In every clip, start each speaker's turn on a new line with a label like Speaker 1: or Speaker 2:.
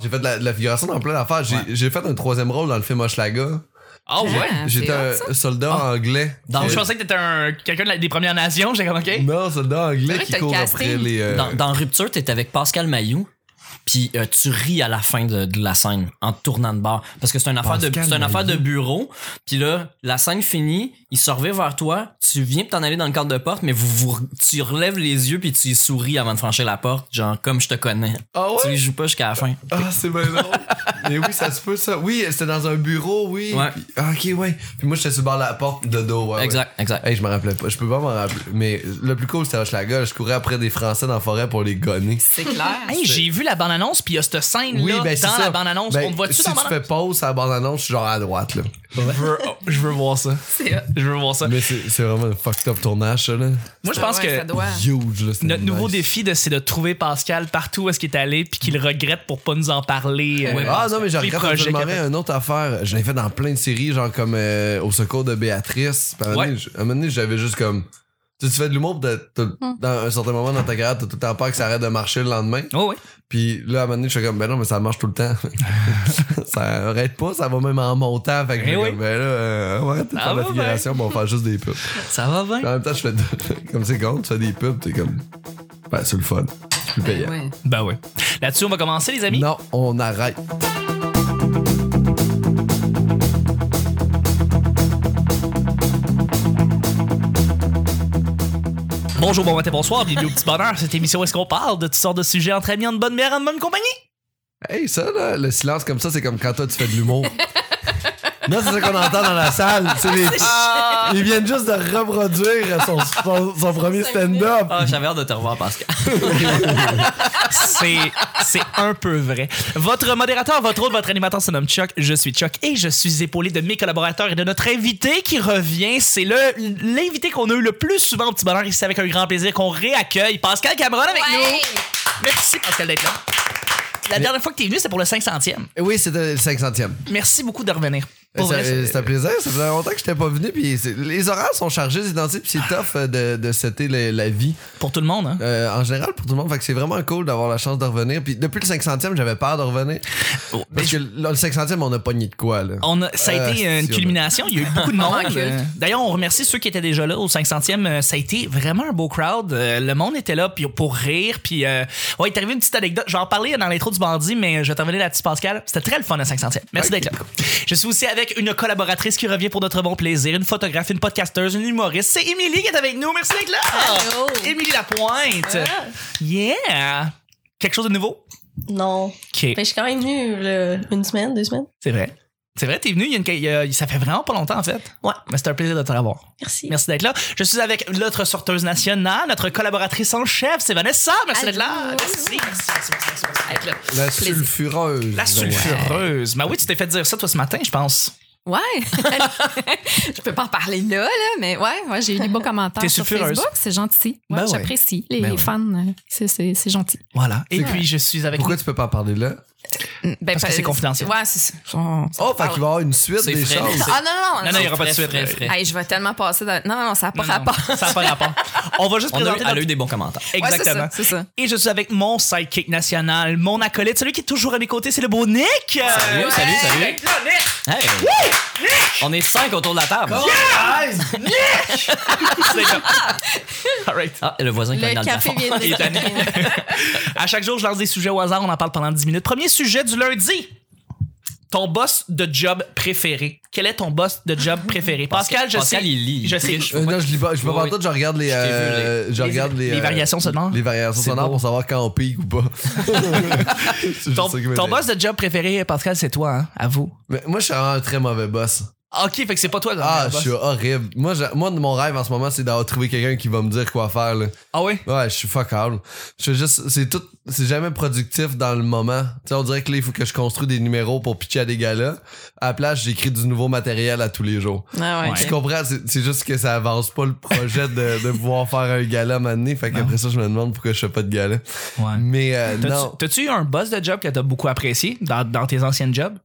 Speaker 1: J'ai fait de la, de la figuration dans plein d'affaires. J'ai j'ai fait un troisième rôle dans le film Oshlaga.
Speaker 2: Ah ouais?
Speaker 3: Ah,
Speaker 1: J'étais
Speaker 3: c'est
Speaker 1: un
Speaker 3: hot, ça.
Speaker 1: soldat
Speaker 2: Ah.
Speaker 1: anglais.
Speaker 2: Donc,
Speaker 1: Euh,
Speaker 2: je pensais que t'étais un, quelqu'un de la- des Premières Nations. J'étais comme, OK.
Speaker 1: Non, soldat
Speaker 3: C'est
Speaker 1: anglais
Speaker 3: vrai que
Speaker 1: qui
Speaker 3: t'as le
Speaker 1: court
Speaker 3: casting.
Speaker 1: après les. euh,
Speaker 4: Dans, dans Rupture, t'es avec Pascal Mayou, puis euh, tu ris à la fin de, de la scène en te tournant de bord. Parce que c'est une, affaire de,
Speaker 1: Pascal
Speaker 4: c'est une
Speaker 1: Mayou.
Speaker 4: affaire de bureau. Puis là, la scène finie, il se revient vers toi, tu viens pour t'en aller dans le cadre de porte, mais vous, vous- tu relèves les yeux puis tu y souris avant de franchir la porte, genre comme je te connais.
Speaker 1: Ah
Speaker 4: Tu
Speaker 1: ouais?
Speaker 4: y joues pas jusqu'à la fin.
Speaker 1: Ah, c'est bien drôle. Mais oui, ça se peut, ça. Oui, c'était dans un bureau, oui.
Speaker 4: Ouais.
Speaker 1: Puis- ah, ok, ouais. Puis moi, j'étais sur le bord de la porte de dos, ouais, Euh, ouais.
Speaker 4: exact, exact.
Speaker 1: Hey, je me rappelais pas. Je peux pas m'en rappeler. Mais le plus cool, c'était Hochelaga. Je courais après des Français dans la forêt pour les gonner.
Speaker 3: C'est clair.
Speaker 2: Hey, j'ai vu la bande-annonce, puis il y a cette scène-là
Speaker 1: Oui, ben c'est
Speaker 2: dans
Speaker 1: ça.
Speaker 2: la bande-annonce.
Speaker 1: Ben,
Speaker 2: On te voit-tu
Speaker 1: Si
Speaker 2: dans la
Speaker 1: tu
Speaker 2: bande-annonce?
Speaker 1: fais oh, pause à la bande-annonce, je suis genre à droite, là.
Speaker 2: Je veux, je veux voir ça.
Speaker 3: C'est hot.
Speaker 2: Je veux voir ça.
Speaker 1: Mais c'est c'est vraiment un fucked up tournage, ça, là.
Speaker 2: Moi, je pense
Speaker 3: Ouais,
Speaker 2: que
Speaker 3: ça doit.
Speaker 1: Huge, là. c'était
Speaker 2: notre nouveau
Speaker 1: nice.
Speaker 2: défi, de- c'est de trouver Pascal partout où est-ce qu'il est allé, puis qu'il regrette pour pas nous en parler. euh,
Speaker 1: ah non, mais j'ai
Speaker 2: les
Speaker 1: regardé
Speaker 2: projets
Speaker 1: je
Speaker 2: qu'il a fait.
Speaker 1: une autre affaire. Je l'ai fait dans plein de séries, genre comme euh, Au secours de Béatrice. Puis à un moment
Speaker 2: Ouais.
Speaker 1: donné, j- à un moment donné, j'avais juste comme. Tu sais, tu fais de l'humour, pis t'as- t'as-
Speaker 3: Hmm.
Speaker 1: dans un certain moment dans ta carrière, t'as tout le temps peur que ça arrête de marcher le lendemain.
Speaker 2: Oh, oui.
Speaker 1: Puis là, à un moment donné, je suis comme, ben non, mais ça marche tout le temps. ça arrête pas, ça va même en montant. Fait que
Speaker 2: Eh
Speaker 1: je suis
Speaker 2: oui.
Speaker 1: comme, ben là, euh, on va arrêter de
Speaker 2: Ah,
Speaker 1: faire de la
Speaker 2: bah,
Speaker 1: figuration, mais on va faire juste des pubs.
Speaker 4: Ça va bien.
Speaker 1: Puis en même temps, je fais de- comme c'est con, tu fais des pubs, t'es comme, ben c'est le fun. C'est plus payant.
Speaker 3: Ouais.
Speaker 2: Ben oui. Là-dessus, on va commencer, les amis.
Speaker 1: Non, on arrête.
Speaker 2: Bonjour, bon matin, bonsoir. Bienvenue au petit bonheur. Cette émission, où est-ce qu'on parle de toutes sortes de sujets entre amis, en bonne mère, en bonne compagnie?
Speaker 1: Hey, ça, là, le silence comme ça, c'est comme quand toi, tu fais de l'humour. non, c'est ça qu'on entend dans la salle. C'est les- Ils viennent juste de reproduire son, son- son premier stand-up.
Speaker 4: Ah, j'avais hâte de te revoir, Pascal.
Speaker 2: C'est, c'est un peu vrai. Votre modérateur, votre autre, votre animateur se nomme Chuck. Je suis Chuck et je suis épaulé de mes collaborateurs et de notre invité qui revient. C'est le, l'invité qu'on a eu le plus souvent au petit bonheur et c'est avec un grand plaisir qu'on réaccueille Pascal Cameron avec nous.
Speaker 3: Ouais.
Speaker 2: Merci Pascal d'être là. La dernière fois que t'es venu, c'était pour le 500e.
Speaker 1: Eh Oui, c'était le 500e.
Speaker 2: Merci beaucoup de revenir.
Speaker 1: Ça- euh,
Speaker 2: Pour vrai, c'est-
Speaker 1: C'était un plaisir. Ça faisait longtemps que je n'étais pas venu. Puis c'est- les horaires sont chargés, c'est identique. Puis c'est tough euh, de, de setter le- la vie.
Speaker 2: pour tout le monde, hein?
Speaker 1: euh, en général, pour tout le monde. Fait que c'est vraiment cool d'avoir la chance de revenir. Puis depuis le 500e, j'avais peur de revenir.
Speaker 4: Oh, ben,
Speaker 1: Parce que là, le 500e, on a pogné de quoi, là?
Speaker 2: On a- ça a
Speaker 1: Euh,
Speaker 2: été
Speaker 1: si,
Speaker 2: une
Speaker 1: on a-
Speaker 2: culmination. Il y a eu beaucoup de
Speaker 3: Moment
Speaker 2: monde.
Speaker 3: culte.
Speaker 2: Euh, D'ailleurs, on remercie ceux qui étaient déjà là au 500e. Euh, Ça a été vraiment un beau crowd. Euh, Le monde était là puis pour rire. Puis, euh, ouais, il est arrivé une petite anecdote. Je vais en parler dans l'intro du bandit, mais je vais t'en là-dessus, Pascal. C'était très le fun, le 500e. Merci
Speaker 1: Ok.
Speaker 2: d'être là. Je suis aussi avec une collaboratrice qui revient pour notre bon plaisir, une photographe, une podcasteuse, une humoriste. C'est Émilie qui est avec nous. Merci d'être là.
Speaker 3: Allô.
Speaker 2: Émilie Lapointe.
Speaker 5: Ah.
Speaker 2: Yeah. Quelque chose de nouveau?
Speaker 5: Non.
Speaker 2: OK.
Speaker 5: Mais je suis quand même venue euh, une semaine, deux semaines.
Speaker 2: C'est vrai. C'est vrai, t'es venu, il y a une- il y a- ça fait vraiment pas longtemps en fait. Ouais, mais c'était un plaisir de te revoir.
Speaker 5: Merci.
Speaker 2: Merci d'être là. Je suis avec notre sorteuse nationale, notre collaboratrice en chef, c'est Vanessa. Merci
Speaker 3: Allô.
Speaker 2: d'être là. Merci. merci, merci, merci, merci. Être là.
Speaker 1: La
Speaker 3: Plaisir.
Speaker 1: sulfureuse. Ben
Speaker 2: La sulfureuse. Mais oui, tu t'es fait dire ça toi ce matin, je pense.
Speaker 3: Ouais. je peux pas en parler là, là, mais ouais, ouais j'ai eu des beaux commentaires
Speaker 2: T'es
Speaker 3: sur
Speaker 2: sulfureuse.
Speaker 3: Facebook. C'est gentil. Ouais,
Speaker 2: Ben ouais.
Speaker 3: J'apprécie les
Speaker 2: Ben ouais.
Speaker 3: fans. euh, c'est- C'est c'est gentil.
Speaker 2: Voilà. Et
Speaker 1: C'est
Speaker 2: puis je suis avec
Speaker 1: Pourquoi tu peux pas en parler là?
Speaker 3: Ben,
Speaker 2: Parce que c'est confidentiel.
Speaker 3: Ouais, c'est ça. On-
Speaker 1: Oh, fait qu'il va y avoir une suite
Speaker 4: C'est
Speaker 1: des
Speaker 4: frais.
Speaker 1: choses.
Speaker 3: Ah non, non,
Speaker 2: Non,
Speaker 3: non.
Speaker 2: non, il
Speaker 3: non.
Speaker 2: y aura pas de
Speaker 4: Frais,
Speaker 2: suite.
Speaker 4: frais, frais.
Speaker 3: Hey, je vais tellement passer dans. Non, non, ça n'a pas
Speaker 2: Non, non,
Speaker 3: rapport.
Speaker 2: Ça n'a pas rapport. On va juste
Speaker 4: On a eu-
Speaker 2: présenter
Speaker 4: elle
Speaker 2: notre-
Speaker 4: a eu des bons commentaires.
Speaker 3: Ouais, c'est
Speaker 2: Exactement.
Speaker 3: ça, c'est ça.
Speaker 2: Et je suis avec mon sidekick national, mon acolyte, celui qui est toujours à mes côtés, c'est le beau Nick. Salut,
Speaker 4: salut, salut. Hey! On est cinq autour de la table.
Speaker 2: All right.
Speaker 4: Ah, le voisin qui est dans
Speaker 5: Le
Speaker 4: le plafond.
Speaker 5: café vient
Speaker 2: Il est tanné.
Speaker 5: de
Speaker 2: À chaque jour, je lance des sujets au hasard, on en parle pendant 10 minutes. Premier sujet du lundi. Ton boss de job préféré. Quel est ton boss de job préféré? Pascal, je
Speaker 4: Pascal,
Speaker 2: sais.
Speaker 4: il lit.
Speaker 2: Je sais.
Speaker 4: Triche.
Speaker 1: Euh, non, je lis pas. Je peux
Speaker 4: Oui,
Speaker 1: pas
Speaker 4: oui.
Speaker 1: tout, je regarde les.
Speaker 4: Je t'ai vu,
Speaker 1: euh, je
Speaker 2: les-
Speaker 1: regardes les.
Speaker 2: les
Speaker 1: euh,
Speaker 2: variations sonores.
Speaker 1: Les variations
Speaker 4: C'est
Speaker 1: sonores
Speaker 4: beau.
Speaker 1: pour savoir quand on pique ou pas. C'est juste
Speaker 2: Ton,
Speaker 1: ça qui
Speaker 2: ton
Speaker 1: m'intéresse.
Speaker 2: boss de job préféré, Pascal, c'est toi, hein? À vous.
Speaker 1: Mais moi, je suis vraiment un très mauvais boss.
Speaker 2: Ok, fait que c'est pas toi le
Speaker 1: Ah,
Speaker 2: meilleur
Speaker 1: je
Speaker 2: boss.
Speaker 1: suis horrible. Moi, je- moi, mon rêve en ce moment, c'est d'avoir trouvé quelqu'un qui va me dire quoi faire. Là.
Speaker 2: Ah ouais?
Speaker 1: Ouais, je suis fuck all. Je suis juste. C'est tout. C'est jamais productif dans le moment. Tu sais, on dirait que là, il faut que je construise des numéros pour pitcher à des gars-là. À la place, j'écris du nouveau matériel à tous les jours.
Speaker 5: Ah ouais.
Speaker 2: Ouais.
Speaker 1: Tu comprends, c'est c'est juste que ça avance pas le projet de, de pouvoir faire un gala à un moment donné. Fait qu'après ça, je me demande pourquoi je fais pas de gala.
Speaker 2: Ouais.
Speaker 1: Mais euh, non.
Speaker 2: T'as-tu eu un boss de job que t'as beaucoup apprécié dans, dans tes anciennes jobs?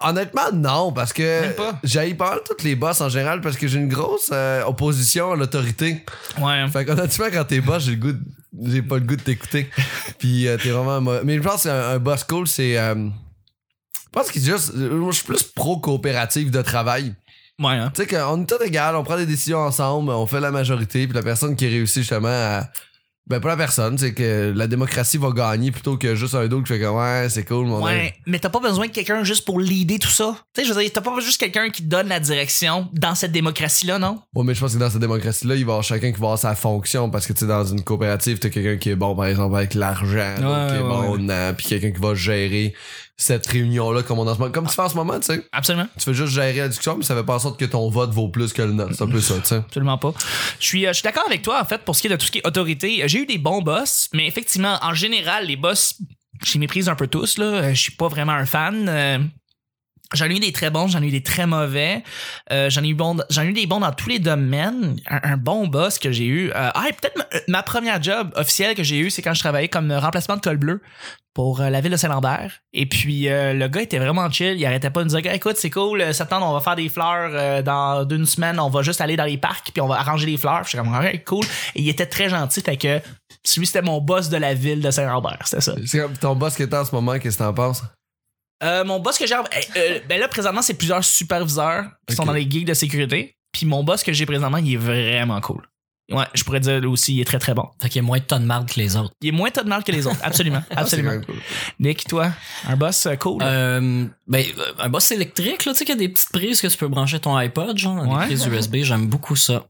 Speaker 1: Honnêtement, non, parce que
Speaker 2: Même pas.
Speaker 1: j'haïs pas mal toutes les boss en général parce que j'ai une grosse euh, opposition à l'autorité.
Speaker 2: Ouais.
Speaker 1: Fait qu'honnêtement, quand t'es boss, j'ai le goût de- J'ai pas le goût de t'écouter. Puis euh, t'es vraiment. un mauvais- Mais je pense qu'un un boss cool, c'est. euh, Je pense qu'il est juste. Moi, je suis plus pro-coopérative de travail.
Speaker 2: Ouais, hein.
Speaker 1: Tu sais qu'on est tous égal, on prend des décisions ensemble, on fait la majorité, puis la personne qui réussit justement à. Ben, pas la personne, c'est que la démocratie va gagner plutôt que juste un dos qui fait comme ouais, c'est cool, mon ami.
Speaker 2: Ouais, mais t'as pas besoin de quelqu'un juste pour l'idée tout ça. Tu sais, je veux dire, t'as pas juste quelqu'un qui te donne la direction dans cette démocratie-là, non?
Speaker 1: Ouais, mais je pense que dans cette démocratie-là, il va y avoir chacun qui va avoir sa fonction parce que tu sais, dans une coopérative, t'as quelqu'un qui est bon, par exemple, avec l'argent, l'autre qui est
Speaker 2: ouais,
Speaker 1: bon, non, puis quelqu'un qui va gérer cette réunion-là comme on en ce moment. Comme tu fais en ce moment, tu sais.
Speaker 2: Absolument.
Speaker 1: Tu fais juste gérer la discussion, mais ça fait pas en sorte que ton vote vaut plus que le nôtre. C'est un peu ça, tu sais.
Speaker 2: Absolument pas. Je suis, euh, je suis d'accord avec toi, en fait, pour ce qui est de tout ce qui est autorité. J'ai eu des bons boss, mais effectivement, en général, les boss, je les méprise un peu tous, là. Euh, Je suis pas vraiment un fan. Euh, J'en ai eu des très bons, j'en ai eu des très mauvais. Euh, j'en ai eu bon, j'en ai eu des bons dans tous les domaines. Un, un bon boss que j'ai eu. euh, ah, et peut-être ma, ma première job officielle que j'ai eue, c'est quand je travaillais comme remplacement de col bleu pour euh, la ville de Saint-Lambert. Et puis euh, le gars était vraiment chill, il arrêtait pas de nous dire écoute, c'est cool, euh, septembre on va faire des fleurs euh, dans une semaine, on va juste aller dans les parcs puis on va arranger les fleurs. Puis Je suis comme Ouais, cool. Et il était très gentil, fait que celui c'était mon boss de la ville de Saint-Lambert, c'était ça.
Speaker 1: C'est comme ton boss qui est en ce moment, qu'est-ce que t'en penses? Ah,
Speaker 2: Euh, mon boss que j'ai. eh, euh, ben là, présentement, c'est plusieurs superviseurs qui sont
Speaker 1: Ok.
Speaker 2: dans les gigs de sécurité. Puis mon boss que j'ai présentement, il est vraiment cool. Ouais, je pourrais dire aussi, il est très très bon.
Speaker 4: Fait qu'il y a moins de tonnes de marde que les autres.
Speaker 2: Il est moins top de marque que les autres, absolument. absolument.
Speaker 1: C'est quand même cool.
Speaker 2: Nick, toi, un boss euh, cool.
Speaker 4: Euh, ben, euh, un boss électrique, là, tu sais, qu'il y a des petites prises que tu peux brancher ton iPod, genre,
Speaker 2: Ouais.
Speaker 4: des prises USB, j'aime beaucoup ça.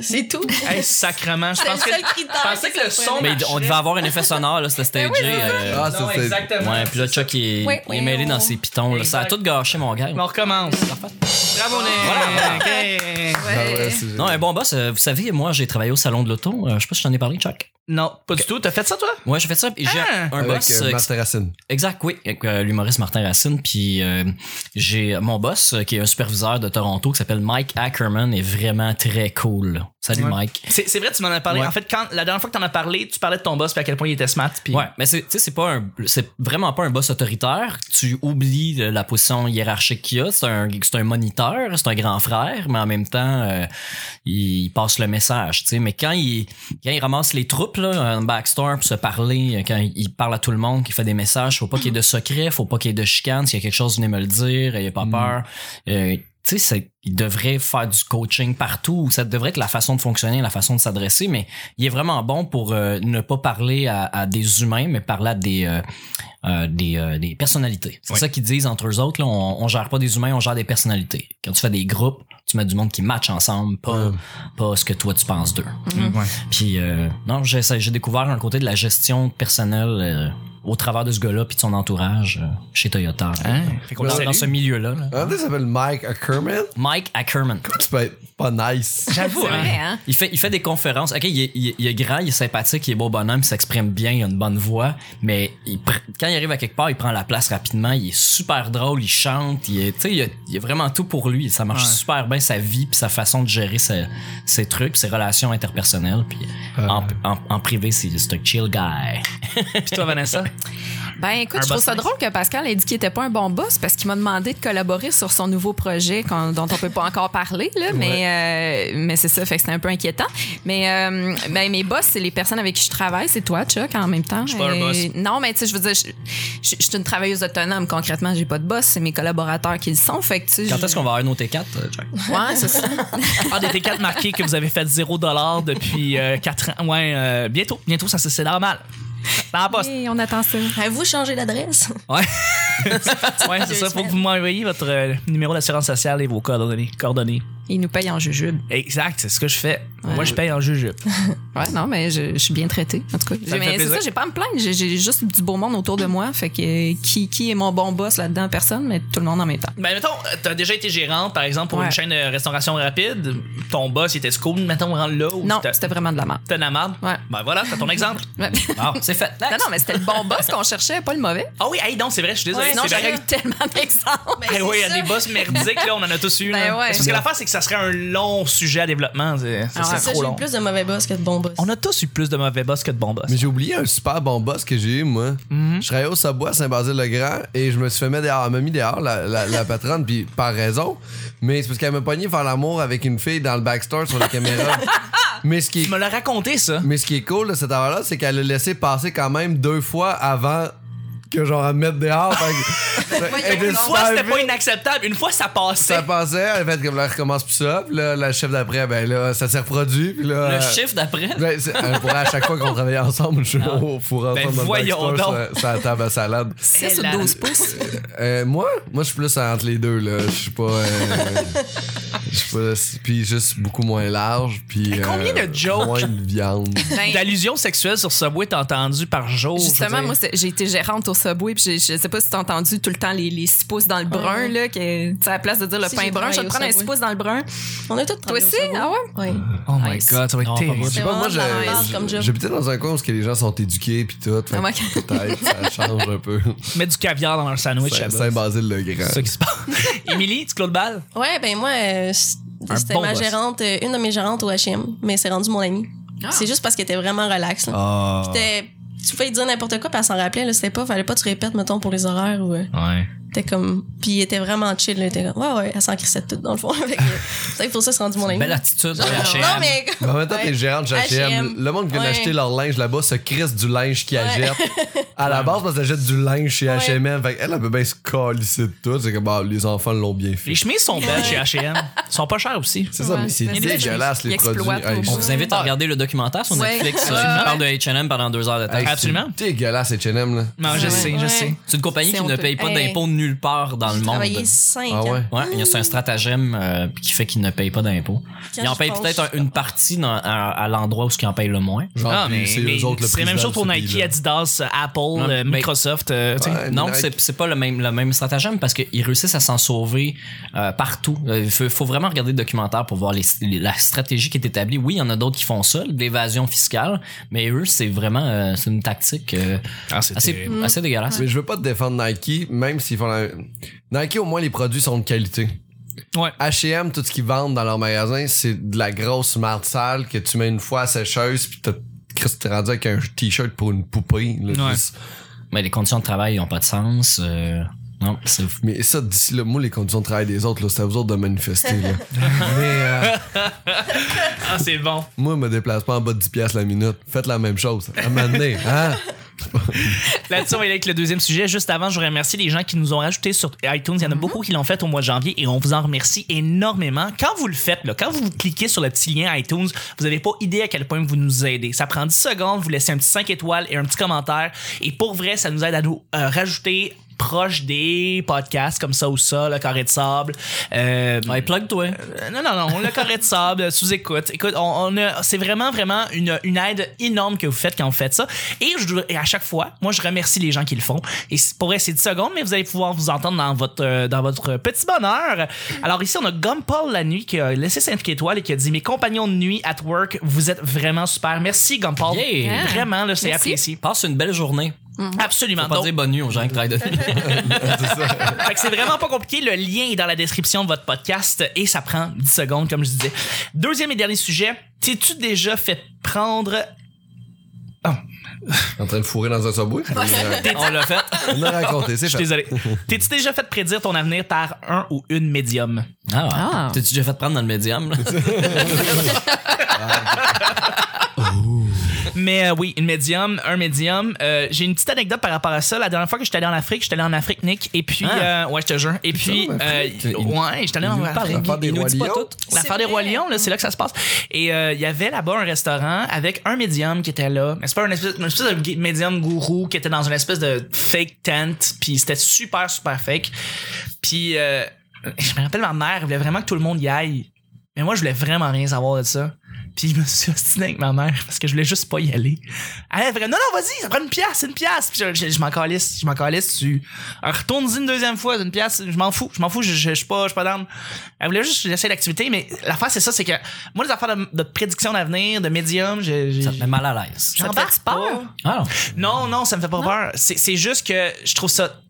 Speaker 5: C'est tout.
Speaker 2: Hey, sacrement, je
Speaker 5: C'est le
Speaker 2: pense que.
Speaker 5: seul critère.
Speaker 2: je pensais que le son-
Speaker 4: Mais
Speaker 2: marcherait.
Speaker 4: on devait avoir un effet sonore, là, c'était stagé.
Speaker 5: Ben oui, c'est
Speaker 4: euh,
Speaker 1: Ah, ça, c'est-
Speaker 4: ouais, puis là, Chuck, il,
Speaker 5: Ouais.
Speaker 4: il est mêlé dans ses pitons, là. Ça a
Speaker 2: Exact.
Speaker 4: tout gâché, mon gars.
Speaker 2: Mais on recommence. Bravo, Nick.
Speaker 4: Voilà.
Speaker 2: Ok.
Speaker 1: Ah
Speaker 3: Ouais.
Speaker 1: ouais, c'est génial.
Speaker 4: Non, un bon boss, euh, vous savez, moi, j'ai travaillé au salon de l'auto. euh, je sais pas si je t'en ai parlé, Chuck.
Speaker 2: Non, pas du tout. T'as fait ça, toi?
Speaker 4: Ouais, j'ai fait ça. puis J'ai
Speaker 2: Ah!
Speaker 4: un
Speaker 1: Avec
Speaker 4: boss.
Speaker 1: euh,
Speaker 4: euh, qui-
Speaker 1: Martin Racine.
Speaker 4: Exact, oui, avec euh, l'humoriste Martin Racine. Puis euh, j'ai mon boss, euh, qui est un superviseur de Toronto, qui s'appelle Mike Ackerman, est vraiment très cool. Salut,
Speaker 2: Ouais.
Speaker 4: Mike.
Speaker 2: C'est c'est vrai, tu m'en as parlé.
Speaker 4: Ouais.
Speaker 2: En fait, quand la dernière fois que t'en as parlé, tu parlais de ton boss puis à quel point il était smart. Puis
Speaker 4: Ouais, mais c'est, tu sais, c'est pas un, c'est vraiment pas un boss autoritaire. Tu oublies euh, la position hiérarchique qu'il a. C'est un, c'est un moniteur, c'est un grand frère, mais en même temps, euh, il passe le message, tu sais. Mais quand il, quand il ramasse les troupes, là, en backstore pour se parler, euh, quand il parle à tout le monde, qu'il fait des messages, faut pas qu'il y ait de secret, faut pas qu'il y ait de chicane. S'il y a quelque chose, venez me le dire, il a pas
Speaker 1: Mm.
Speaker 4: peur. Euh, tu sais, c'est- il devrait faire du coaching partout. Ça devrait être la façon de fonctionner, la façon de s'adresser, mais il est vraiment bon pour euh, ne pas parler à, à des humains, mais parler à des, euh, euh, des, euh, des personnalités. C'est
Speaker 2: Oui.
Speaker 4: ça qu'ils disent entre eux autres. Là, on, on gère pas des humains, on gère des personnalités. Quand tu fais des groupes, tu mets du monde qui match ensemble, pas,
Speaker 1: Ouais.
Speaker 4: pas ce que toi tu penses d'eux.
Speaker 2: Mhm.
Speaker 4: Puis euh, non, j'ai ça- j'ai découvert un côté de la gestion personnelle euh, au travers de ce gars-là puis de son entourage euh, chez Toyota.
Speaker 2: Hein? Fait qu'on le
Speaker 4: Dans,
Speaker 2: salue.
Speaker 4: dans ce milieu-là. là.
Speaker 1: En fait, il s'appelle Mike Ackerman.
Speaker 4: Mike Ackerman.
Speaker 1: Tu peux être pas nice.
Speaker 2: J'avoue,
Speaker 3: C'est
Speaker 2: hein.
Speaker 3: vrai, hein?
Speaker 4: Il fait, il fait des conférences. OK, il est, il est- il est grand, il est sympathique, il est beau bonhomme, il s'exprime bien, il a une bonne voix, mais il pr- quand il arrive à quelque part, il prend la place rapidement, il est super drôle, il chante, il est, tu sais, il a, il a vraiment tout pour lui. Ça marche
Speaker 2: Ouais.
Speaker 4: super bien, sa vie, puis sa façon de gérer ses, ses trucs, ses relations interpersonnelles. Puis
Speaker 2: Euh.
Speaker 4: en, en- en privé, c'est c'est un chill guy.
Speaker 2: Puis toi, Vanessa?
Speaker 3: Ben écoute,
Speaker 2: Un
Speaker 3: je trouve
Speaker 2: boss
Speaker 3: ça
Speaker 2: nice.
Speaker 3: drôle que Pascal ait dit qu'il était pas un bon boss parce qu'il m'a demandé de collaborer sur son nouveau projet qu'on- dont on peut pas encore parler là, mais euh, mais c'est ça, fait que c'est un peu inquiétant. Mais euh, ben mes boss, c'est les personnes avec qui je travaille, c'est toi, Chuck, en même temps.
Speaker 2: Je suis pas un
Speaker 3: Et-
Speaker 2: boss.
Speaker 3: Non, mais tu sais, je veux dire, je, je- je suis une travailleuse autonome. Concrètement, j'ai pas de boss, c'est mes collaborateurs qui le sont. Fait que tu sais,
Speaker 4: Quand
Speaker 3: je-
Speaker 4: est-ce qu'on va avoir nos T4, euh, Jack?
Speaker 3: Ouais, c'est ça.
Speaker 2: Ah, des T4 marqués que vous avez fait 0$ depuis 4 ans. Ouais, euh, bientôt, bientôt, ça c'est c'est normal. Dans la poste.
Speaker 3: Et on attend ça.
Speaker 5: Avez-vous changé d'adresse?
Speaker 2: Ouais, c'est ça. Faut que vous m'envoyez votre euh, numéro d'assurance sociale et vos coordonnées. coordonnées.
Speaker 3: Ils nous payent en jujube.
Speaker 2: Exact, c'est ce que je fais.
Speaker 3: Ouais.
Speaker 2: Moi, je paye en jujube.
Speaker 3: Ouais, non, mais je, je suis bien traitée, en tout cas.
Speaker 2: fait
Speaker 3: mais c'est
Speaker 2: plaisir.
Speaker 3: ça, j'ai pas à me plaindre. J'ai- J'ai juste du beau monde autour de moi. Fait que euh, qui, qui est mon bon boss là-dedans? Personne, mais tout le monde en même temps.
Speaker 2: Ben, mettons, euh, t'as déjà été gérante, par exemple, pour
Speaker 3: Ouais.
Speaker 2: une chaîne de restauration rapide. Ton boss, il était cool. Mettons, rentre là. Ou
Speaker 3: Non,
Speaker 2: t'as-
Speaker 3: c'était vraiment de la merde.
Speaker 2: T'as de la merde.
Speaker 3: Ouais.
Speaker 2: Ben voilà, t'as ton exemple.
Speaker 3: Ouais.
Speaker 4: Wow, c'est fait.
Speaker 3: non, non, mais c'était le bon boss qu'on cherchait, pas le mauvais.
Speaker 2: Ah oui, hey, non, c'est vrai, je suis désolé.
Speaker 3: Sinon,
Speaker 2: c'est vrai.
Speaker 3: j'aurais eu tellement d'exemples.
Speaker 2: Ben oui, il y a des boss merdiques, là, on en a tous eu.
Speaker 3: Ben
Speaker 2: là.
Speaker 3: ouais.
Speaker 2: Parce que l'affaire, c'est que ça serait un long sujet à développement. C'est ça
Speaker 3: Ah
Speaker 2: serait
Speaker 3: ouais.
Speaker 5: C'est ça,
Speaker 2: trop
Speaker 5: j'ai eu
Speaker 2: long.
Speaker 5: plus de mauvais boss que de bons boss.
Speaker 2: On a tous eu plus de mauvais boss que de bons boss.
Speaker 1: Mais j'ai oublié un super bon boss que j'ai eu, moi.
Speaker 2: Mhm.
Speaker 1: Je travaillais au Subway à Saint-Basile-le-Grand et je me suis fait mettre dehors. Elle m'a mis dehors, la, la- la patronne, puis par raison. Mais c'est parce qu'elle m'a pogné faire l'amour avec une fille dans le backstore sur la caméra. mais ce qui est
Speaker 2: Tu me l'as raconté, ça.
Speaker 1: Mais ce qui est cool de cette affaire-là, c'est qu'elle l'a laissé passer quand même deux fois avant que genre à me mettre dehors. Fait que- elle était
Speaker 2: Une fois,
Speaker 1: super
Speaker 2: c'était pas
Speaker 1: vite.
Speaker 2: inacceptable. Une fois, ça passait.
Speaker 1: Ça passait, elle fait comme là, recommence plus ça. Puis là, la chef d'après, ben là, ça s'est reproduit. Puis là.
Speaker 4: Le
Speaker 1: euh,
Speaker 4: chiffre d'après.
Speaker 1: ben, c'est- elle pourrait, à chaque fois qu'on travaillait ensemble, je suis au four ensemble
Speaker 2: Ben,
Speaker 1: dans le
Speaker 2: voyons
Speaker 1: backstore,
Speaker 2: donc.
Speaker 1: sur- sur la table à salade.
Speaker 3: 6 ou
Speaker 2: Elle a-
Speaker 3: 12 pouces.
Speaker 1: Euh, moi, moi, je suis plus entre les deux, là. Je suis pas. euh, je suis pas. Puis juste beaucoup moins large. Puis. euh,
Speaker 2: combien de jokes?
Speaker 1: Moins de viande.
Speaker 3: Ben,
Speaker 2: D'allusions sexuelles sur Subway, t'as entendu par jour. je veux
Speaker 3: Justement,
Speaker 2: dire.
Speaker 3: moi, c'était- j'ai été gérante au Subway, puis j'ai- je sais pas si t'as entendu tout le temps les, les six pouces dans le brun,
Speaker 5: Ouais.
Speaker 3: là, que, tu sais, à la place de dire le
Speaker 5: Si,
Speaker 3: pain
Speaker 5: j'ai
Speaker 3: brun, je vais
Speaker 5: travaillé
Speaker 3: te
Speaker 5: au Subway.
Speaker 3: prendre un six pouces dans le brun.
Speaker 5: On a tous
Speaker 3: Toi
Speaker 5: travaillé
Speaker 3: aussi?
Speaker 5: au Subway.
Speaker 3: Ah ouais?
Speaker 5: Ouais.
Speaker 2: Oh my
Speaker 3: Nice.
Speaker 2: god, ça va être
Speaker 4: Non, pas
Speaker 2: terrible.
Speaker 4: moi.
Speaker 1: Je sais pas, moi,
Speaker 5: C'est vraiment de la merde
Speaker 1: j'ai-
Speaker 5: comme job.
Speaker 1: j'habitais dans un coin où ce que les gens sont éduqués puis tout. Fait
Speaker 3: Ah,
Speaker 1: que
Speaker 3: ouais.
Speaker 1: Peut-être, ça change un peu.
Speaker 2: Mettre du caviar dans leur sandwich.
Speaker 1: Saint-
Speaker 2: là-bas.
Speaker 1: Saint-Basile-le-Grand.
Speaker 2: C'est ça qui se passe. Émilie, tu clôt le bal?
Speaker 5: Ouais, ben moi, euh, c-
Speaker 4: Un
Speaker 5: c'était
Speaker 4: bon
Speaker 5: ma
Speaker 4: boss.
Speaker 5: gérante, euh, une de mes gérantes au HM, mais c'est rendu mon amie. C'est juste parce qu'elle était vraiment relax. là.
Speaker 4: Ah.
Speaker 5: C'était- Tu pouvais dire n'importe quoi, puis elle s'en rappelait, là, c'était pas, fallait pas que tu répètes, mettons, pour les horaires ou. euh,
Speaker 2: Ouais.
Speaker 5: T'es comme. Puis il était vraiment chill, là. T'es comme. Ouais, ouais, elle s'en crissait toute, dans le fond. Fait que, peut-être pour ça, c'est rendu mon ami.
Speaker 4: Belle attitude.
Speaker 5: non,
Speaker 4: la chaîne.
Speaker 5: non, mais.
Speaker 1: Ah, Mais en même temps,
Speaker 5: Ouais.
Speaker 1: t'es gérante de H&M.
Speaker 5: H&M.
Speaker 1: Le monde qui vient
Speaker 5: Ouais.
Speaker 1: d'acheter leur linge là-bas se crisse du linge qu'ils
Speaker 5: Ouais.
Speaker 1: achètent. À la base, parce qu'elle achète du linge chez
Speaker 5: Ouais.
Speaker 1: H&M. Fait qu'elle, elle peut bien se calisser de tout. C'est que bah, les enfants l'ont bien fait.
Speaker 2: Les chemises sont belles chez H&M. Ils sont pas chères aussi.
Speaker 1: C'est ça,
Speaker 3: Ouais,
Speaker 1: mais c'est
Speaker 3: c'est ça.
Speaker 1: dégueulasse, les
Speaker 3: Ils
Speaker 1: produits.
Speaker 3: exploitent au
Speaker 1: Hey,
Speaker 4: On
Speaker 3: bout.
Speaker 4: vous invite à regarder le documentaire sur
Speaker 3: Ouais.
Speaker 4: Netflix
Speaker 3: Ouais.
Speaker 4: euh, qui parle de H&M pendant deux heures de temps.
Speaker 1: hey, c'est
Speaker 2: Absolument.
Speaker 1: Dégueulasse, H&M, là.
Speaker 2: Non, je
Speaker 5: Ouais.
Speaker 2: sais, je
Speaker 5: Ouais.
Speaker 2: sais.
Speaker 4: C'est une compagnie
Speaker 3: C'est
Speaker 4: qui ne
Speaker 3: honteux.
Speaker 4: paye pas
Speaker 5: Hey.
Speaker 4: d'impôts nulle part dans le monde.
Speaker 5: Travaillé 5
Speaker 1: Ah ouais?
Speaker 4: Ouais, il y a c'est un stratagème euh, qui fait qu'ils ne payent pas d'impôts.
Speaker 5: Quand
Speaker 4: Ils en
Speaker 5: je
Speaker 4: payent
Speaker 5: pense-
Speaker 4: peut-être un- une partie dans- à, à l'endroit où ce qu'ils en payent le moins.
Speaker 1: Genre,
Speaker 2: Ah,
Speaker 1: puis
Speaker 2: mais,
Speaker 1: c'est
Speaker 2: mais
Speaker 1: eux autres le
Speaker 2: c'est la même
Speaker 1: prix
Speaker 2: chose pour
Speaker 1: dans ce
Speaker 2: Nike,
Speaker 1: pays-là.
Speaker 2: Adidas, Apple,
Speaker 4: Ouais,
Speaker 2: euh,
Speaker 4: mais-
Speaker 2: Microsoft. euh, tu sais.
Speaker 1: Ouais,
Speaker 4: Non,
Speaker 1: Nike.
Speaker 4: c'est c'est pas le même le même stratagème parce qu'ils réussissent à s'en sauver euh, partout. Il faut, faut vraiment regarder le documentaire pour voir les, les- la stratégie qui est établie. Oui, il y en a d'autres qui font ça, l'évasion fiscale, mais eux, c'est vraiment euh, c'est une tactique euh,
Speaker 2: Ah,
Speaker 4: assez, assez dégueulasse.
Speaker 1: Mais je veux pas te défendre Nike, même s'ils font la... Nike, au moins, les produits sont de qualité.
Speaker 2: Ouais.
Speaker 1: H&M, tout ce qu'ils vendent dans leur magasin, c'est de la grosse marde sale que tu mets une fois à sécheuse puis t'as Chris, t'es rendu avec un t-shirt pour une poupée. là.
Speaker 2: Ouais.
Speaker 1: C'est-
Speaker 4: Mais les conditions de travail n'ont pas de sens. euh, non, c'est
Speaker 1: Mais ça, d'ici là, moi, les conditions de travail des autres, là, c'est à vous autres de manifester. là. Mais euh,
Speaker 2: Ah, c'est bon.
Speaker 1: moi, je me déplace pas en bas de 10$ piastres la minute. Faites la même chose. À un moment donné, hein?
Speaker 2: Là-dessus, on va aller avec le deuxième sujet. Juste avant, je voudrais remercier les gens qui nous ont rajoutés sur iTunes. Il y en a beaucoup qui l'ont fait au mois de janvier et on vous en remercie énormément. Quand vous le faites, là, quand vous cliquez sur le petit lien iTunes, vous n'avez pas idée à quel point vous nous aidez. Ça prend 10 secondes, vous laissez un petit 5 étoiles et un petit commentaire. Et pour vrai, ça nous aide à nous euh, rajouter proche des podcasts comme ça ou ça, le carré de sable. Euh,
Speaker 4: Ouais, plug-toi.
Speaker 2: Euh, non, non, non, le carré de sable, euh, sous-écoute. Écoute, on, on a- c'est vraiment, vraiment une, une aide énorme que vous faites quand vous faites ça. Et, je, dois- et à chaque fois, moi, je remercie les gens qui le font. Et c'est- pour vrai, c'est 10 secondes, mais vous allez pouvoir vous entendre dans votre, euh, dans votre petit bonheur. Alors ici, on a Gumpal la nuit qui a laissé 5 étoiles et qui a dit Mes compagnons de nuit at work, vous êtes vraiment super. Merci, Gumpal.
Speaker 4: Yeah.
Speaker 2: Vraiment, là, c'est
Speaker 3: Merci.
Speaker 2: apprécié.
Speaker 4: Passe une belle journée.
Speaker 2: Absolument.
Speaker 4: Faut pas
Speaker 2: Donc,
Speaker 4: dire bonne nuit aux gens qui travaillent de nuit.
Speaker 2: Fait que c'est vraiment pas compliqué. Le lien est dans la description de votre podcast et ça prend 10 secondes, comme je disais. Deuxième et dernier sujet. T'es-tu déjà fait prendre.
Speaker 1: en train de fourrer dans un subway. euh,
Speaker 4: On l'a fait.
Speaker 1: On l'a raconté, c'est
Speaker 2: Je suis
Speaker 1: fait.
Speaker 2: désolé. T'es-tu déjà fait prédire ton avenir par un ou une médium?
Speaker 4: Ah, ouais.
Speaker 3: Ah.
Speaker 4: T'es-tu déjà fait prendre dans le médium? là?
Speaker 2: Mais euh, oui, une médium, un médium. Euh, J'ai une petite anecdote par rapport à ça. La dernière fois que j'étais allé en Afrique, j'étais allé en Afrique, Nick. Et puis,
Speaker 4: Ah. ben,
Speaker 2: euh, ouais, je te jure. Et puis,
Speaker 1: en Afrique?
Speaker 2: euh, ouais, j'étais allé en Afrique.
Speaker 1: L'affaire des
Speaker 4: Il nous
Speaker 1: rois
Speaker 4: dit pas
Speaker 1: lions.
Speaker 4: tout.
Speaker 2: L'affaire
Speaker 5: C'est
Speaker 2: des Rois
Speaker 5: vrai.
Speaker 2: Lions, là, c'est là que ça se passe. Et euh, il y avait là-bas un restaurant avec un médium qui était là. Mais c'est pas un espèce, une espèce de gu- médium gourou qui était dans une espèce de fake tent. Puis c'était super, super fake. Puis euh, je me rappelle, ma mère elle voulait vraiment que tout le monde y aille. Mais moi, je voulais vraiment rien savoir de ça. Puis je me suis ostiné avec ma mère parce que je voulais juste pas y aller. Elle elle fait comme, non, non, vas-y, ça prend une pièce, une pièce. Puis je, je- je m'en calisse, je m'en calisse, tu. Alors, Retourne-y une deuxième fois, une pièce, je m'en fous, je m'en fous, je, je, je suis pas, je suis pas down. Elle voulait juste laisser l'activité, mais l'affaire, c'est ça, c'est que moi, les affaires de, de prédiction d'avenir, de médium, j'ai. j'ai-
Speaker 4: Ça te met mal à l'aise.
Speaker 2: j'en
Speaker 3: te
Speaker 2: parle
Speaker 3: fait
Speaker 2: pas.
Speaker 3: peur?
Speaker 4: Ah,
Speaker 2: Non, non, ça me fait pas peur. C'est c'est juste que je trouve ça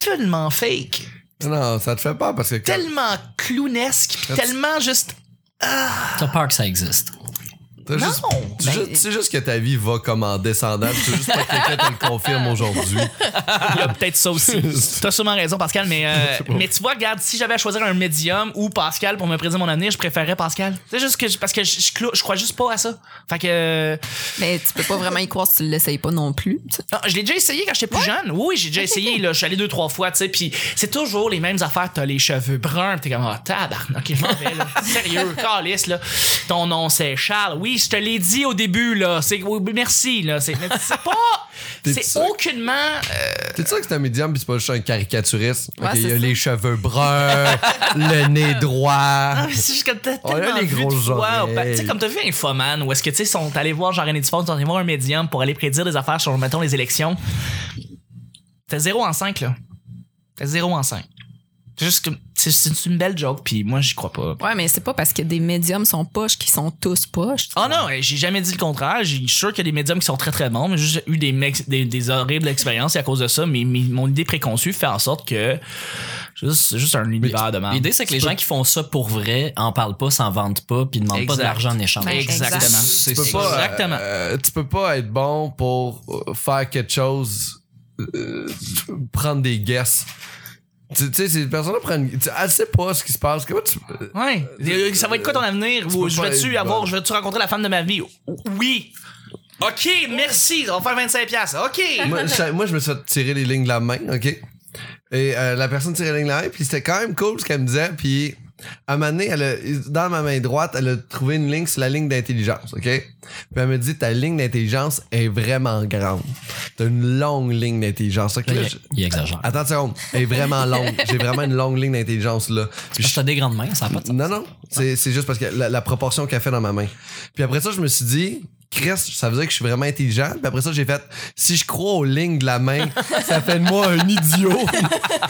Speaker 2: tellement fake.
Speaker 1: Non, ça te fait pas parce que. quand-
Speaker 2: Tellement clownesque, puis tellement juste.
Speaker 4: T'as peur que ça existe.
Speaker 1: t'as
Speaker 2: non,
Speaker 1: juste- tu
Speaker 2: ben-
Speaker 1: sais juste- tu sais juste que ta vie va comme en descendant. Tu sais juste pas que quelqu'un te le confirme aujourd'hui.
Speaker 2: Il y a peut-être ça aussi. T'as sûrement raison, Pascal, mais, euh, mais tu vois, regarde, si j'avais à choisir un médium ou Pascal pour me prédire mon avenir, je préférais Pascal. C'est juste que je- parce que je, je clo- je crois juste pas à ça. Fait que euh,
Speaker 3: Mais tu peux pas vraiment y croire si tu l'essayes pas non plus. tu sais.
Speaker 2: non, je l'ai déjà essayé quand j'étais plus jeune. Oui, j'ai déjà essayé. Là, je suis allé deux trois fois, tu sais. Puis c'est toujours les mêmes affaires. T'as les cheveux bruns, pis t'es comme ah tabarnak, je m'en vais là. Sérieux, calice là. Ton nom c'est Charles. Oui, je te l'ai dit au début là. C'est oui, merci là. C'est mais c'est pas.
Speaker 1: T'es-tu
Speaker 2: C'est
Speaker 1: sûr?
Speaker 2: aucunement. euh,
Speaker 1: T'es sûr que c'est un médium pis c'est pas juste un caricaturiste?
Speaker 3: Ouais,
Speaker 1: Ok, il
Speaker 3: c'est
Speaker 1: a
Speaker 3: ça.
Speaker 1: les cheveux bruns, le nez droit.
Speaker 2: Ah, mais c'est juste que t'as
Speaker 1: On a
Speaker 2: tellement
Speaker 1: Oh, les
Speaker 2: vu
Speaker 1: grosses
Speaker 2: de fois.
Speaker 1: oreilles.
Speaker 2: Ben, tu sais, comme t'as vu Infoman, où est-ce que, tu sais, sont allés voir Jean-René Dufort, ils sont allés voir un médium pour aller prédire des affaires sur, mettons, les élections. T'es 0 en 5, là. T'es 0 en 5. C'est juste que c'est- c'est une belle joke, puis moi, j'y crois pas.
Speaker 3: Ouais, mais c'est pas parce que des médiums sont poches qu'ils sont tous poches.
Speaker 2: Oh non, j'ai jamais dit le contraire. J'ai- Je suis sûr qu'il y a des médiums qui sont très très bons, mais j'ai juste eu des, mecs- des, des horribles expériences et à cause de ça, mais, mais mon idée préconçue fait en sorte que juste- c'est juste un univers de merde.
Speaker 4: L'idée, c'est que les gens qui font ça pour vrai en parlent pas, s'en vendent pas, puis demandent pas
Speaker 2: Exact.
Speaker 4: de l'argent en
Speaker 2: Ben,
Speaker 4: échange.
Speaker 3: Ouais, exact.
Speaker 2: Exactement.
Speaker 1: Tu
Speaker 4: C'est
Speaker 1: peux
Speaker 4: ça.
Speaker 1: pas, euh,
Speaker 2: Exactement.
Speaker 1: euh, tu peux pas être bon pour euh, faire quelque chose, euh, prendre des guesses. Tu tu sais, ces personnes-là prennent. tu- Elle sait pas ce qui se passe. Comment tu. euh,
Speaker 2: Ouais. Euh, Ça va être quoi ton avenir? Ou
Speaker 1: peux
Speaker 2: je
Speaker 1: pas
Speaker 2: vais-tu
Speaker 1: être
Speaker 2: avoir,
Speaker 1: bon.
Speaker 2: je vais-tu rencontrer la femme de ma vie? Oui. OK, merci. On va faire 25$. piastres. OK.
Speaker 1: moi, je, moi, je me suis fait tirer les lignes de la main, OK? Et euh, la personne tirait les lignes de la main, puis c'était quand même cool ce qu'elle me disait. Puis à un moment donné, elle a- dans ma main droite, elle a trouvé une ligne sur la ligne d'intelligence, OK? Puis elle me dit, ta ligne d'intelligence est vraiment grande. T'as une longue ligne d'intelligence. OK? Là, je-
Speaker 4: Il exagère.
Speaker 2: Ah,
Speaker 1: Attends une seconde, elle est vraiment longue. J'ai vraiment une longue ligne d'intelligence, là. Puis
Speaker 4: Parce que t'as des grandes mains, ça a pas de sens.
Speaker 1: non, non. C'est, c'est juste parce que la, la proportion qu'elle fait dans ma main. Puis après ça, je me suis dit, Chris, ça veut dire que je suis vraiment intelligent. Puis après ça, j'ai fait, si je crois aux lignes de la main, ça fait de moi un idiot.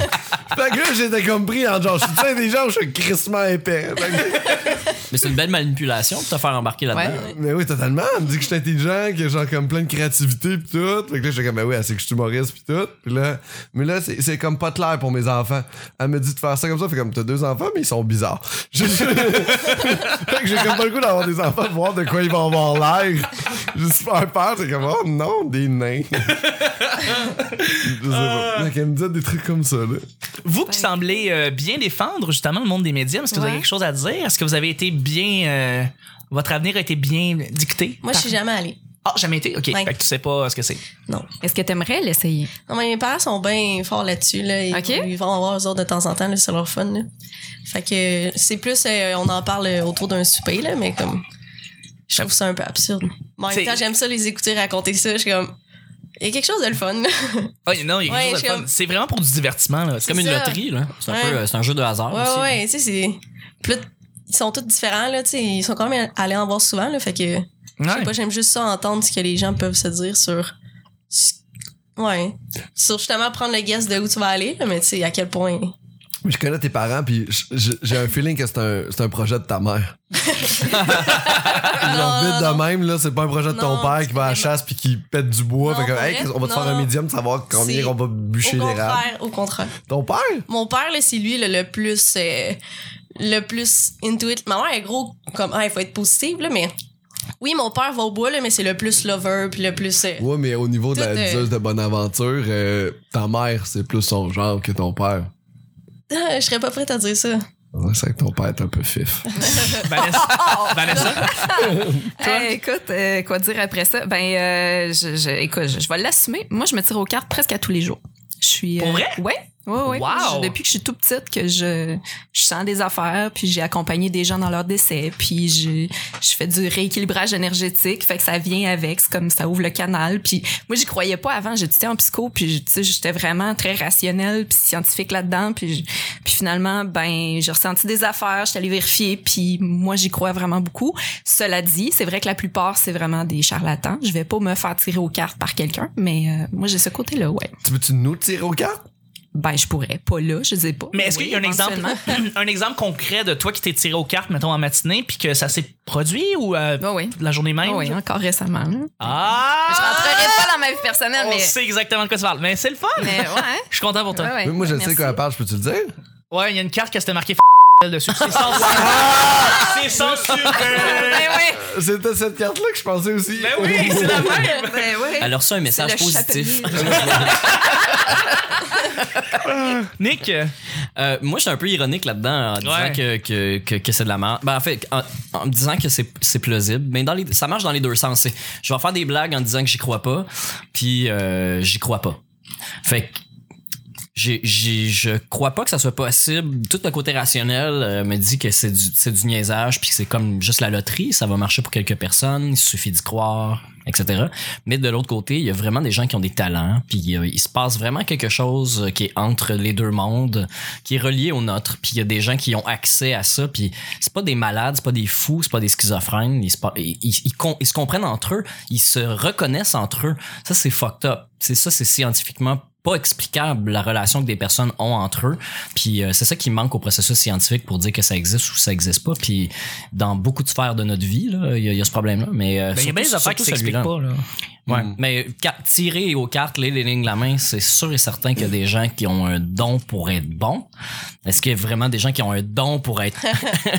Speaker 1: fait que là, j'étais compris en genre, je suis intelligent ou je suis crissement épais. Fait que-
Speaker 4: Mais c'est une belle manipulation de te faire embarquer là-dedans.
Speaker 3: Ouais.
Speaker 1: mais oui, totalement. Elle me dit que je suis intelligent, que j'ai genre comme plein de créativité pis tout. Fait que là, j'étais comme, ben oui, elle sait que je suis humoriste pis tout. Puis là, mais là, c'est, c'est comme pas clair pour mes enfants. Elle me dit de faire ça comme ça. Fait comme, t'as deux enfants, mais ils sont bizarres. Je- fait que j'ai comme pas le goût d'avoir des enfants pour voir de quoi ils vont avoir l'air. J'ai super peur. C'est comme, oh non, des nains. je sais pas. Fait qu'elle me dit des trucs comme ça, là.
Speaker 2: Vous qui semblez euh, bien défendre justement le monde des médias, est-ce que vous avez
Speaker 3: Ouais.
Speaker 2: quelque chose à dire? Est-ce que vous avez été bien. euh, votre avenir a été bien dicté?
Speaker 5: Moi, je suis jamais allée.
Speaker 2: Ah, jamais été? OK.
Speaker 5: Ouais.
Speaker 2: Fait que tu sais pas ce que c'est.
Speaker 5: Non.
Speaker 3: Est-ce que t'aimerais l'essayer?
Speaker 5: Non, mais mes parents sont bien forts là-dessus. Là, Ils-
Speaker 3: Ok.
Speaker 5: Ils vont en voir eux autres de temps en temps là, sur leur fun. Là. Fait que c'est plus, euh, on en parle euh, autour d'un souper, là, mais comme, je trouve ça un peu absurde. Mais en
Speaker 2: C'est-
Speaker 5: même temps, j'aime ça les écouter raconter ça. Je suis comme, il y a quelque chose de le fun. là.
Speaker 2: Ah, non, il y a quelque
Speaker 5: Ouais,
Speaker 2: chose de
Speaker 5: je
Speaker 2: fun.
Speaker 5: comme-
Speaker 2: C'est vraiment pour du divertissement. là.
Speaker 4: C'est comme une
Speaker 5: ça.
Speaker 4: loterie, là. C'est un,
Speaker 5: Ouais.
Speaker 4: peu, euh, c'est un jeu de hasard
Speaker 5: Ouais,
Speaker 4: aussi.
Speaker 5: ouais, ouais, tu sais, c'est. Puis là, ils sont tous différents, là, tu sais. Ils sont quand même allés en voir souvent, là. Fait que, je sais
Speaker 2: Ouais.
Speaker 5: pas, j'aime juste ça, entendre ce que les gens peuvent se dire sur. sur- Ouais. Sur justement prendre le guess de où tu vas aller, là, mais tu sais, à quel point.
Speaker 1: Je connais tes parents, puis je- je- j'ai un feeling que c'est un, c'est un projet de ta mère.
Speaker 5: Ah,
Speaker 1: L'orbite de même, là, c'est pas un projet de ton
Speaker 5: Non,
Speaker 1: père qui va à la
Speaker 5: vraiment.
Speaker 1: chasse puis qui pète du bois.
Speaker 5: Non,
Speaker 1: fait que,
Speaker 5: pour
Speaker 1: hey,
Speaker 5: vrai,
Speaker 1: Chris, on va te
Speaker 5: non.
Speaker 1: faire un médium de savoir combien
Speaker 5: C'est-
Speaker 1: on va
Speaker 5: Au
Speaker 1: bûcher les rames.
Speaker 5: contraire, au contraire.
Speaker 1: Ton père?
Speaker 5: Mon père, là, c'est lui là, le plus. euh, le plus into it. Ma mère est gros, comme, ah, il faut être positive, là, mais. Oui, mon père va au bois, là, mais c'est le plus lover, puis le plus. euh,
Speaker 1: Ouais, mais au niveau de la
Speaker 5: Tout, euh,
Speaker 1: diseuse de bonne aventure, euh, ta mère, c'est plus son genre que ton père.
Speaker 5: je serais pas prête à dire ça.
Speaker 1: Ouais, C'est vrai que ton père est un peu fif.
Speaker 2: Vanessa, Vanessa,
Speaker 3: Eh, écoute, euh, quoi dire après ça? Ben, euh, je, je- écoute, je, je vais l'assumer. Moi, je me tire aux cartes presque à tous les jours. Je suis.
Speaker 2: Pour
Speaker 3: euh,
Speaker 2: vrai?
Speaker 3: Ouais. Ouais, ouais.
Speaker 2: Wow!
Speaker 3: Je- depuis que je suis tout petite, que je, je sens des affaires, puis j'ai accompagné des gens dans leur décès, puis je, je fais du rééquilibrage énergétique, fait que ça vient avec, c'est comme ça ouvre le canal. Puis moi, j'y croyais pas avant, j'étudiais en psycho, puis tu sais, j'étais vraiment très rationnelle, puis scientifique là-dedans, puis je- puis finalement, ben, j'ai ressenti des affaires, j'étais allée vérifier, puis moi, j'y crois vraiment beaucoup. Cela dit, c'est vrai que la plupart, c'est vraiment des charlatans. Je vais pas me faire tirer aux cartes par quelqu'un, mais euh, moi, j'ai ce côté-là, ouais.
Speaker 1: tu veux-tu nous tirer aux cartes?
Speaker 3: ben, je pourrais. Pas là, je sais pas.
Speaker 2: Mais est-ce
Speaker 3: Oui,
Speaker 2: qu'il y a un exemple,
Speaker 3: éventuellement.
Speaker 2: un exemple concret de toi qui t'es tiré aux cartes, mettons, en matinée, puis que ça s'est produit ou euh,
Speaker 3: Ah oui.
Speaker 2: la journée même?
Speaker 3: Ah
Speaker 5: hein.
Speaker 3: oui, encore récemment. là.
Speaker 2: Ah!
Speaker 3: Je rentrerai pas dans ma vie personnelle,
Speaker 2: On
Speaker 3: Ah, mais.
Speaker 2: sait exactement de quoi tu parles. Mais c'est le fun!
Speaker 3: mais ouais. hein?
Speaker 2: Je suis content pour toi.
Speaker 3: ouais,
Speaker 5: Ben
Speaker 3: ouais.
Speaker 1: Mais moi, je le sais
Speaker 3: Merci.
Speaker 1: quand elle parle, je peux-tu le dire?
Speaker 2: Ouais, il y a une carte qui a c'était marqué F dessus. C'est censuré. c'est censuré.
Speaker 3: Ben oui.
Speaker 1: C'était cette carte-là que je pensais aussi.
Speaker 2: Ben oui, c'est la même.
Speaker 3: Ben oui.
Speaker 4: Elle a reçu un message
Speaker 3: le
Speaker 4: positif.
Speaker 2: Nick,
Speaker 4: Euh, moi, j'étais un peu ironique là-dedans en disant que, que, que, que c'est de la merde. Ben, en fait, en, en me disant que c'est c'est plausible, mais dans les, ça marche dans les deux sens. C'est- Je vais faire des blagues en disant que j'y crois pas, puis euh, j'y crois pas. Fait que j'ai- j'ai- je crois pas que ça soit possible. Tout le côté rationnel euh, me dit que c'est du, c'est du niaisage, puis que c'est comme juste la loterie, ça va marcher pour quelques personnes, il suffit d'y croire, etc. Mais de l'autre côté, il y a vraiment des gens qui ont des talents, puis euh, il se passe vraiment quelque chose euh, qui est entre les deux mondes, qui est relié au nôtre, puis il y a des gens qui ont accès à ça, puis c'est pas des malades, c'est pas des fous, c'est pas des schizophrènes, ils se, par- ils, ils- ils con- ils se comprennent entre eux, ils se reconnaissent entre eux. Ça, c'est fucked up. C'est ça, c'est scientifiquement pas explicable la relation que des personnes ont entre eux. Puis euh, c'est ça qui manque au processus scientifique pour dire que ça existe ou ça existe pas. Puis dans beaucoup de sphères de notre vie, là, il y, a- il y a ce problème-là. Mais euh,
Speaker 2: Ben, il y a
Speaker 4: surtout-
Speaker 2: bien des affaires qui
Speaker 4: surtout
Speaker 2: s'expliquent
Speaker 4: celui-là.
Speaker 2: pas. Mm. Là.
Speaker 4: Ouais. Mais ca- tirer aux cartes, lire les lignes de la main, c'est sûr et certain qu'il y a des gens qui ont un don pour être bons. Est-ce qu'il y a vraiment des gens qui ont un don pour être, euh,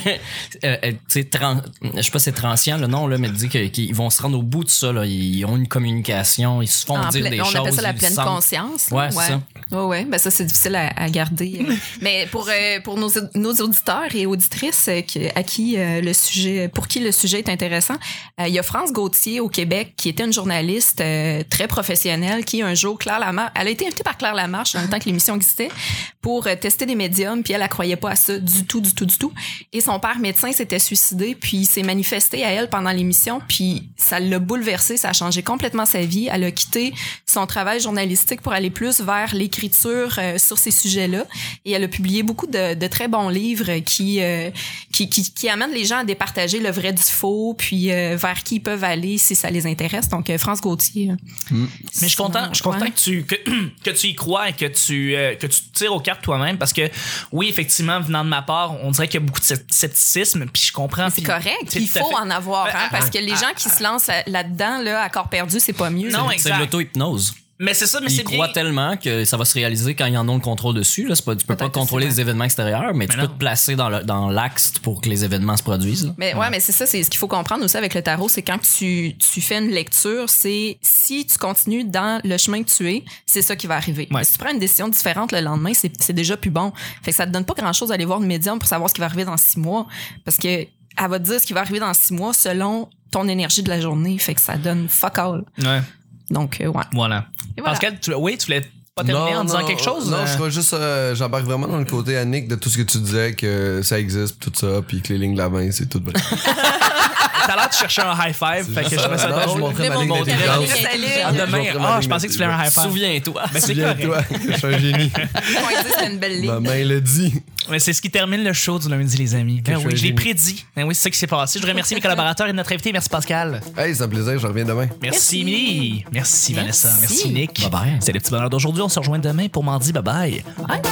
Speaker 4: euh, tu sais, tran- je sais pas, si c'est transient le nom là, mais dit que- qu'ils vont se rendre au bout de ça. Là. Ils ont une communication, ils se font
Speaker 3: En
Speaker 4: dire
Speaker 3: plein-
Speaker 4: des
Speaker 3: on
Speaker 4: choses.
Speaker 3: appelle ça la
Speaker 4: ils
Speaker 3: pleine
Speaker 4: sentent-
Speaker 3: conscience.
Speaker 4: Ouais, c'est ça.
Speaker 3: Ouais, ouais. Ben ça, c'est difficile à, à garder. Mais pour, euh, pour nos, nos auditeurs et auditrices euh, qui- à qui euh, le sujet, pour qui le sujet est intéressant, euh, il y a France Gauthier au Québec qui était une journaliste euh, très professionnelle qui un jour, Claire Lamarche, elle a été invitée par Claire Lamarche dans le temps que l'émission existait pour euh, tester des médiums, puis elle, elle croyait pas à ça du tout, du tout, du tout. Et son père médecin s'était suicidé, puis il s'est manifesté à elle pendant l'émission, puis ça l'a bouleversée, ça a changé complètement sa vie. Elle a quitté son travail journalistique pour aller plus vers l'écriture euh, sur ces sujets-là. Et elle a publié beaucoup de, de très bons livres qui, euh, qui, qui, qui amènent les gens à départager le vrai du faux, puis euh, vers qui ils peuvent aller si ça les intéresse. Donc, euh, France Gauthier. euh,
Speaker 2: Mais je suis content, je suis
Speaker 3: Ouais.
Speaker 2: content que tu que, que tu y crois et que tu euh, que tu te tires aux cartes toi-même parce que oui effectivement venant de ma part on dirait qu'il y a beaucoup de scept- scepticisme puis je comprends.
Speaker 3: C'est
Speaker 2: puis-
Speaker 3: correct,
Speaker 2: c'est
Speaker 3: il
Speaker 2: tout à
Speaker 3: faut
Speaker 2: fait-
Speaker 3: en avoir, hein,
Speaker 2: Ah,
Speaker 3: parce
Speaker 2: ah,
Speaker 3: que les
Speaker 2: ah,
Speaker 3: gens qui se lancent là- là-dedans, là, à corps perdu, c'est pas mieux.
Speaker 2: Non,
Speaker 4: C'est
Speaker 2: exact.
Speaker 4: de l'auto-hypnose.
Speaker 2: Mais c'est ça mais c'est
Speaker 4: Ils croient
Speaker 2: bien.
Speaker 4: tellement que ça va se réaliser quand ils en ont le contrôle dessus. Là. C'est Pas, tu peux pas
Speaker 3: Peut-être que
Speaker 4: contrôler
Speaker 3: c'est
Speaker 4: les événements extérieurs, mais, tu
Speaker 2: Mais
Speaker 4: peux
Speaker 2: non.
Speaker 4: te placer dans, le- dans l'axe pour que les événements se produisent. là.
Speaker 3: Mais ouais, mais c'est ça, c'est ce qu'il faut comprendre aussi avec le tarot, c'est quand tu, tu fais une lecture, c'est si tu continues dans le chemin que tu es, c'est ça qui va arriver.
Speaker 2: Ouais.
Speaker 3: Si tu prends une décision différente le lendemain, c'est c'est déjà plus bon. Fait que ça te donne pas grand chose d'aller voir une médium pour savoir ce qui va arriver dans six mois, parce que elle va te dire ce qui va arriver dans six mois selon ton énergie de la journée. Fait que ça donne fuck all.
Speaker 2: Ouais,
Speaker 3: Donc euh, ouais.
Speaker 2: voilà.
Speaker 3: Et voilà.
Speaker 2: Pascal, tu, oui, tu voulais pas terminer en disant quelque chose
Speaker 1: Non,
Speaker 2: euh?
Speaker 1: je crois juste, euh, j'embarque vraiment dans le côté Annick de tout ce que tu disais, que ça existe, tout ça, puis que les lignes de la main, c'est tout. vrai.
Speaker 2: T'as l'air de chercher un high five, fait que je trouvais ça
Speaker 1: Non, je
Speaker 2: drôle.
Speaker 1: montrais
Speaker 5: Mais
Speaker 1: ma
Speaker 5: mon
Speaker 1: ligne
Speaker 5: Dieu,
Speaker 1: d'intelligence.
Speaker 5: quelle
Speaker 2: Ah,
Speaker 5: intelligence.
Speaker 1: Je
Speaker 2: demain,
Speaker 1: montrais ma
Speaker 2: ah, je
Speaker 1: ligne
Speaker 2: pensais que tu voulais un high five.
Speaker 4: Souviens-toi.
Speaker 2: Ben, c'est correct.
Speaker 1: Souviens-toi que je suis un génie.
Speaker 3: Point dix, c'est une belle ligne.
Speaker 1: Ma main le dit.
Speaker 2: Mais c'est ce qui termine le show du lundi, les amis. Ben
Speaker 1: je
Speaker 2: oui,
Speaker 1: suis
Speaker 2: je l'ai
Speaker 1: un génie.
Speaker 2: prédit. Ben oui, c'est ça qui s'est passé. Je remercie mes collaborateurs et notre invité. Merci Pascal.
Speaker 1: Hey, c'est un plaisir, je reviens demain.
Speaker 2: Merci,
Speaker 5: Merci.
Speaker 2: Émilie. Merci, Vanessa. Merci, Nick.
Speaker 4: Bye bye.
Speaker 2: C'est les petits bonheurs d'aujourd'hui. On se rejoint demain pour Mardi. Bye bye.
Speaker 3: Bye.